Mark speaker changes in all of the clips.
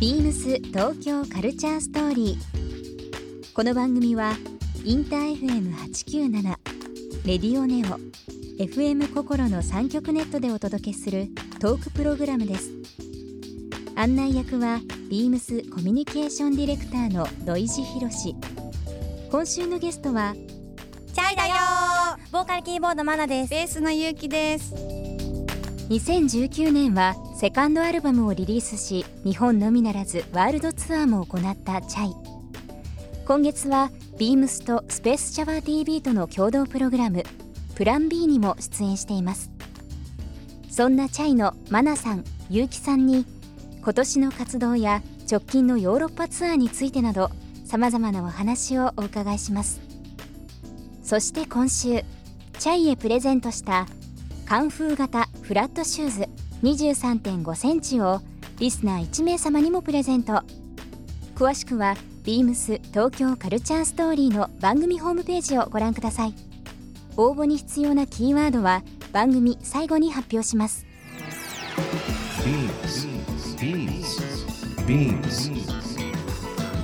Speaker 1: ビームス東京カルチャーストーリー。この番組はインター FM897 レディオネオ FM 心の三極ネットでお届けするトークプログラムです。案内役はビームスコミュニケーションディレクターの土井博志。今週のゲストは
Speaker 2: チャイだよボーカルキーボードマナです
Speaker 3: ベースのゆうきです
Speaker 1: 2019年はセカンドアルバムをリリースし日本のみならずワールドツアーも行ったチャイ今月はビームスとスペースシャワー TV との共同プログラムプラン B にも出演していますそんなチャイのマナさんゆうきさんに今年の活動や直近のヨーロッパツアーについてなどさまざまなお話をお伺いしますそして今週チャイへプレゼントしたカンフー型フラットシューズ23.5センチをリスナー1名様にもプレゼント詳しくは beams 東京カルチャーストーリーの番組ホームページをご覧ください応募に必要なキーワードは番組最後に発表します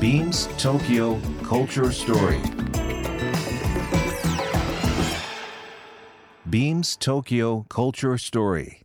Speaker 4: beamsbeamsbeams Tokyo Culture Story Beams Tokyo Culture Story.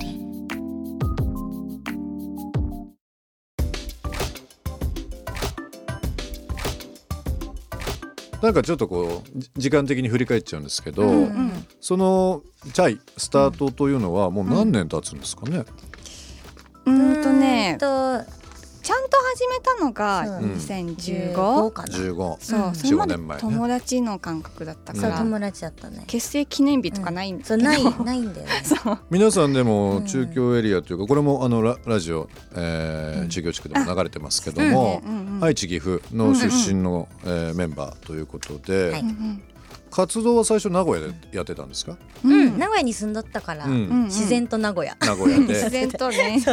Speaker 5: リー
Speaker 6: なんかちょっとこう時間的に振り返っちゃうんですけど、うんうん、そのチャイスタートというのはもう何年経つんですかね、
Speaker 3: うんとねちゃんと始めたのが2015、かな
Speaker 6: 15
Speaker 3: そうそれまで友達の感覚だったから、
Speaker 2: 友達だったね
Speaker 3: 結成記念日とかないん
Speaker 2: だないないんだよね
Speaker 6: 皆さんでも中京エリアというかこれもあのララジオ、えー中京地区でも流れてますけども、愛知岐阜の出身の、うえメンバーということで、活動は最初名古屋でやってたんですか、
Speaker 2: うん、名古屋に住んどったから、自然と名古屋
Speaker 6: 名古屋で
Speaker 3: 自然と ね、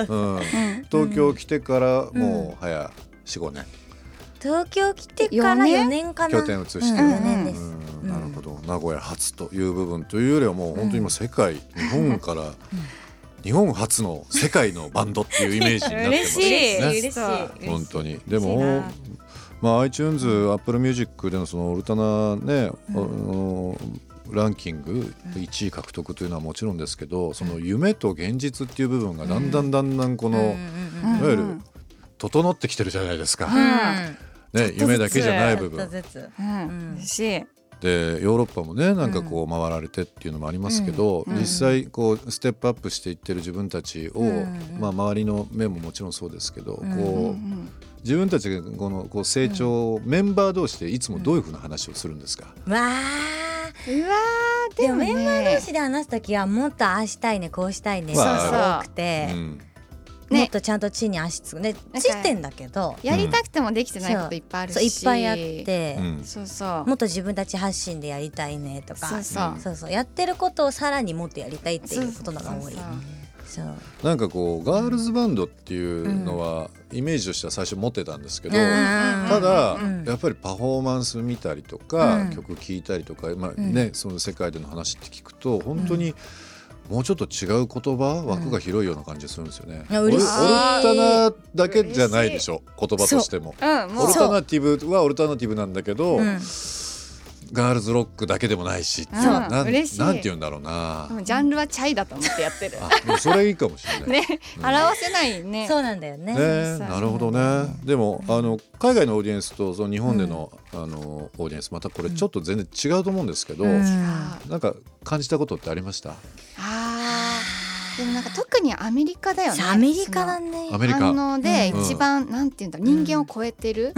Speaker 6: 東京来てからもう早45年、
Speaker 2: 東京来てから4年かな
Speaker 6: 拠点移して、うなるほど名古屋初という部分というよりはもう本当に今世界、日本から、日本初の世界のバンドっていうイメージになってますね。
Speaker 3: 嬉しい
Speaker 6: 本当にでも、まあ、iTunes、Apple Music でのそのオルタナね、ランキング1位獲得というのはもちろんですけどその夢と現実っていう部分がだんだんだんだんこの、いわゆる整ってきてるじゃないですか、ね、夢だけじゃない部分。でヨーロッパもねなんかこう回られてっていうのもありますけど、実際こうステップアップしていってる自分たちを、まあ、周りの目ももちろんそうですけど、こう自分たちがこのこう成長、メンバー同士でいつもどういうふうな話をするんですか、
Speaker 2: わーうわでもメンバー同士で話す時はもっとああしたいねこうしたいねが多くて。もっとちゃんと地に足つくね地点だけど
Speaker 3: やりたくてもできてないこといっぱいあるし、
Speaker 2: いっぱいあって、
Speaker 3: そうそう
Speaker 2: もっと自分たち発信でやりたいねとかそうそうやってることをさらにもっとやりたいっていうことのが多い。
Speaker 6: そうなんかこうガールズバンドっていうのは、イメージとしては最初持ってたんですけど、ただ、やっぱりパフォーマンス見たりとか、曲聴いたりとか、まあねその世界での話って聞くと本当に、もうちょっと違う言葉枠が広いような感じするんですよね。
Speaker 2: うん、オル
Speaker 6: タナだけじゃないでしょ言葉としても,、オルタナティブはオルタナティブなんだけど、ガールズロックだけでもないし、なんて言うんだろうな。
Speaker 3: ジャンルはチャイだと思ってや ってる。
Speaker 6: それいいかもしれない。
Speaker 3: ね、表せないね。
Speaker 2: そうなんだよね。
Speaker 6: なるほどね。でもあの海外のオーディエンスとその日本での、あのオーディエンスまたこれちょっと全然違うと思うんですけど、なんか感じたことってありました？
Speaker 3: あでもなんか特にアメリカだよね。
Speaker 2: アメリカだね。
Speaker 6: アメリカ。
Speaker 3: ので一番、なんていうんだ人間を超えてる。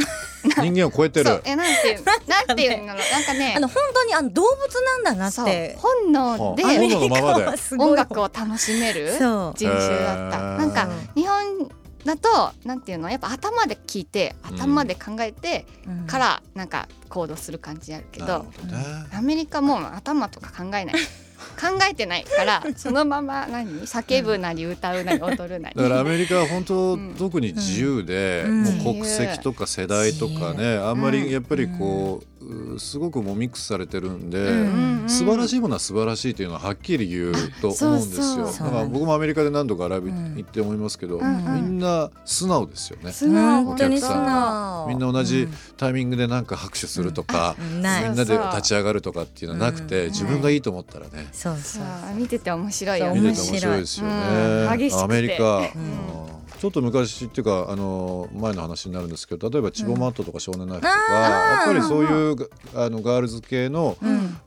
Speaker 6: 人間を超えてる。
Speaker 3: えなんて いうなんていうのなんかね
Speaker 2: あの本当にあの動物なんだなって
Speaker 3: 本能で音楽を楽しめる人種だった。なんか日本だとなんていうのやっぱ頭で聞いて頭で考えてからなんか行動する感じやるけど、アメリカも頭とか考えない。考えてない からそのまま何叫ぶなり歌うなり踊るなり
Speaker 6: だからアメリカは本当、特に自由で、もう国籍とか世代とかねあんまりやっぱりこう、すごくもうミックスされてるんで、うん素晴らしいものは素晴らしいというのははっきり言うと思うんですよ。だから僕もアメリカで何度かライブ行って思いますけど、みんな素直ですよね。
Speaker 2: 素直お客さ
Speaker 6: んみんな同じタイミングでなんか拍手するとか、みんなで立ち上がるとかっていうのはなくて、自分がいいと思ったらね。
Speaker 2: そうそう
Speaker 3: 見てて面白いよ
Speaker 6: ね。見てて面白いですよね。アメリカ。ちょっと昔っていうかあの前の話になるんですけど例えばチボマットとか少年ナイフとか、やっぱりそういうあのガールズ系の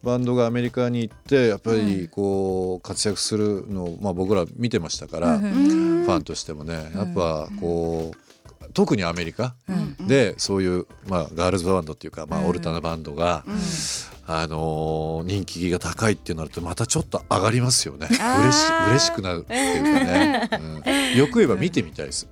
Speaker 6: バンドがアメリカに行ってやっぱりこう活躍するのを、まあ、僕ら見てましたから、ファンとしてもねやっぱこう。特にアメリカでそういう、まあ、ガールズバンドっていうか、まあ、オルタナバンドが、あの人気が高いってなるとまたちょっと上がりますよね嬉し嬉しくなるっていうかね、よく言えば見てみたいです。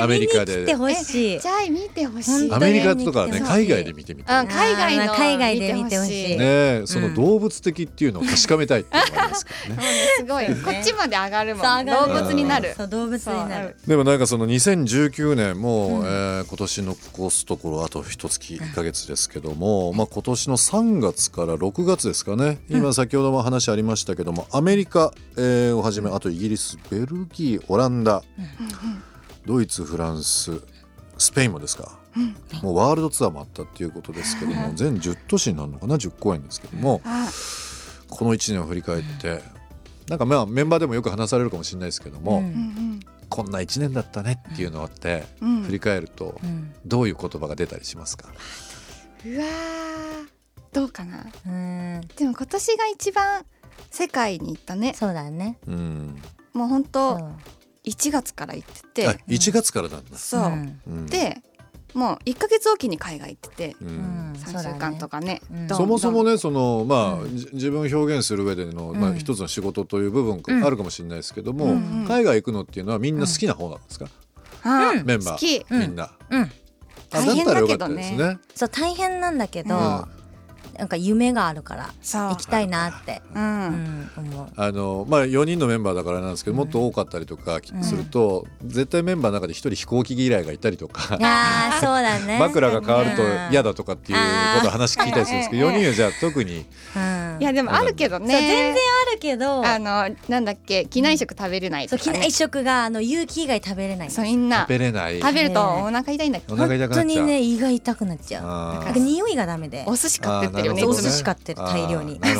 Speaker 2: アメリカで。てほしい。
Speaker 3: じゃあ見てほしい。
Speaker 6: アメリカとかね海外で見てみた
Speaker 3: い。海外の
Speaker 2: 海外で見てほしい。
Speaker 6: ねその動物的っていうのを確かめたいっていうのがありますけどね。
Speaker 3: すごいこっちまで上がるもん。動物になる。
Speaker 2: 動物になる。
Speaker 6: でもなんかその2019年も今年残すところあと一月一ヶ月ですけども、まあ今年の3月から6月ですかね。今先ほども話ありましたけどもアメリカをはじめあとイギリスベルギーオランダ。ドイツフランススペインもですか、うん、もうワールドツアーもあったっていうことですけども、うん、全10都市になるのかな10公演ですけども、うん、この1年を振り返ってなんかまあメンバーでもよく話されるかもしれないですけども、こんな1年だったねっていうのって振り返るとどういう言葉が出たりしますか、
Speaker 3: うわどうかなでも今年が一番世界に行ったね
Speaker 2: そうだね、うん、
Speaker 3: もう本当、1月から行ってて
Speaker 6: 1月からなんだ
Speaker 3: そう、でもう1か月おきに海外行ってて、う3週間とかね
Speaker 6: そもそもねそのまあ、自分を表現する上での、まあ、一つの仕事という部分あるかもしれないですけども、海外行くのっていうのはみんな好きな方なんですか、メンバーみんな、
Speaker 2: 大変だけどねそう大変なんだけど、なんか夢があるから行きたいなって、うん
Speaker 6: あのまあ4人のメンバーだからなんですけど、もっと多かったりとかすると、絶対メンバーの中で1人飛行機嫌いがいたりと か
Speaker 2: あそうだ、ね、
Speaker 6: 枕が変わると嫌だとかっていうこと話聞いたりするんですけど4人はじゃあ特に、
Speaker 3: いやでもあるけどね
Speaker 2: 全然あるけど
Speaker 3: あのなんだっけ機内食食べれない
Speaker 2: と機内食があの有機以外食べれない
Speaker 3: そうみんな
Speaker 6: 食べれない
Speaker 3: 食べるとお腹痛いんだけど
Speaker 6: 本
Speaker 2: 当にね胃が痛くなっちゃうなんか匂いがダメで
Speaker 3: お寿司買ってってるよね
Speaker 2: お寿司買ってる大量に
Speaker 6: 大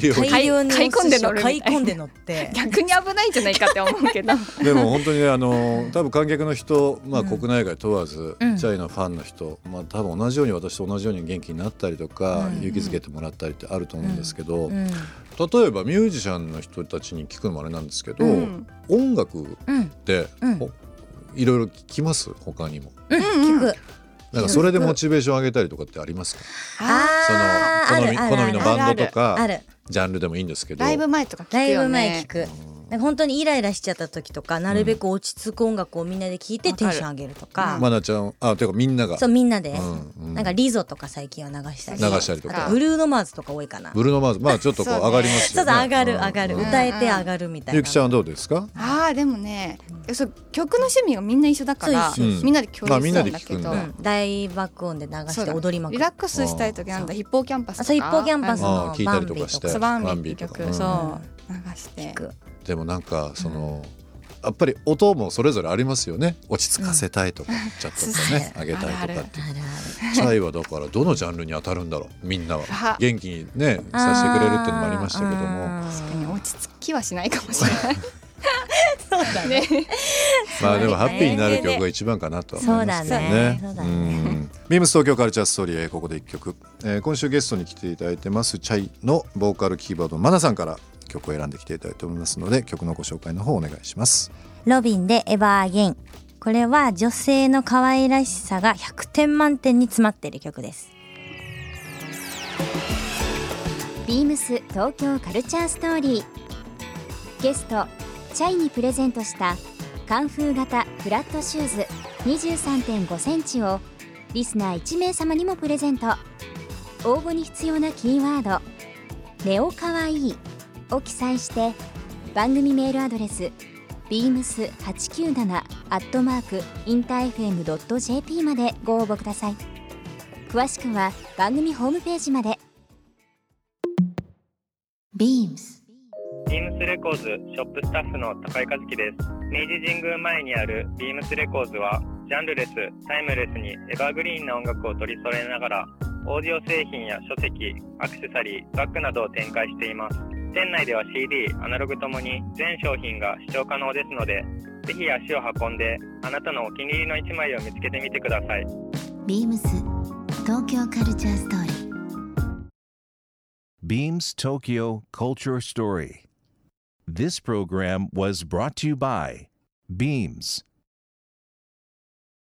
Speaker 6: 量
Speaker 2: 大量に
Speaker 3: 買い込んで乗る
Speaker 2: 買い込んで乗って
Speaker 3: 逆に危ないんじゃないかって思う けど
Speaker 6: でも本当にあの多分観客の人まあ国内外問わずチャイのファンの人まあ多分同じように私と同じように元気になったりとか勇気づけてもらったりってあると思うんですけど例えばミュージシャンの人たちに聞くのもあれなんですけど音楽っていろいろ聞きます他にも。
Speaker 2: 聞く
Speaker 6: なんかそれでモチベーション上げたりとかってありますか？その好み好みのバンドとかジャンルでもいいんですけど。
Speaker 3: ライブ前とか
Speaker 2: ライブ前聞く。なんか本当にイライラしちゃった時とかなるべく落ち着く音楽をみんなで聞いてテンション上げるとか。
Speaker 6: まなちゃんあていうかみんなが。
Speaker 2: そうみんなで。なんかリゾとか最近は流したり。
Speaker 6: 流したりとか。
Speaker 2: ブルーノマーズとか多いかな。
Speaker 6: ブルーノマーズまあちょっとこう上がります
Speaker 2: よね。ちょっと上がる上がる歌えて上がるみたいな。
Speaker 6: ゆきちゃんはどうですか？
Speaker 3: ああでもねそう曲の趣味がみんな一緒だからみんなで共有するんだけど
Speaker 2: 大爆音で流して踊りまく
Speaker 3: リラックスしたい時なんだヒッポーキャンパスとか
Speaker 2: そうヒッポーキャンパスの
Speaker 6: 聞いたりとかして
Speaker 3: バンビー曲そう流して
Speaker 6: でもなんかそのやっぱり音もそれぞれありますよね落ち着かせたいとかちょっとねあげたいとかってチャイはだからどのジャンルに当たるんだろうみんなは元気にねさせてくれるっていうのもありましたけども
Speaker 3: 確かに落ち着きはしないかもしれない
Speaker 2: そうだね。
Speaker 6: まあでもハッピーになる曲が一番かなと思いますけどね。ビームス東京カルチャーストーリーここで一曲、えー。今週ゲストに来ていただいてますチャイのボーカルキーボードマナさんから曲を選んできていただいておりますので曲のご紹介の方お願いします。
Speaker 5: ロビンでエバーアゲイン。これは女性の可愛らしさが100点満点に詰まっている曲です。
Speaker 1: ビームス東京カルチャーストーリー。ゲストチャイにプレゼントしたカンフー型フラットシューズ23.5センチをリスナー1名様にもプレゼント応募に必要なキーワード「ネオかわいい」を記載して番組メールアドレス beams897 アットマークインター FM.jp までご応募ください詳しくは番組ホームページまで
Speaker 5: beams
Speaker 7: ビームスレコーズショップスタッフの高井和樹です明治神宮前にあるビームスレコーズはジャンルレスタイムレスにエバーグリーンな音楽を取り揃えながらオーディオ製品や書籍アクセサリーバッグなどを展開しています店内では CD アナログともに全商品が視聴可能ですのでぜひ足を運んであなたのお気に入りの1枚を見つけてみてください
Speaker 5: ビームス東京カルチャーストーリー
Speaker 4: Beams Tokyo Culture Story This program was brought to you by Beams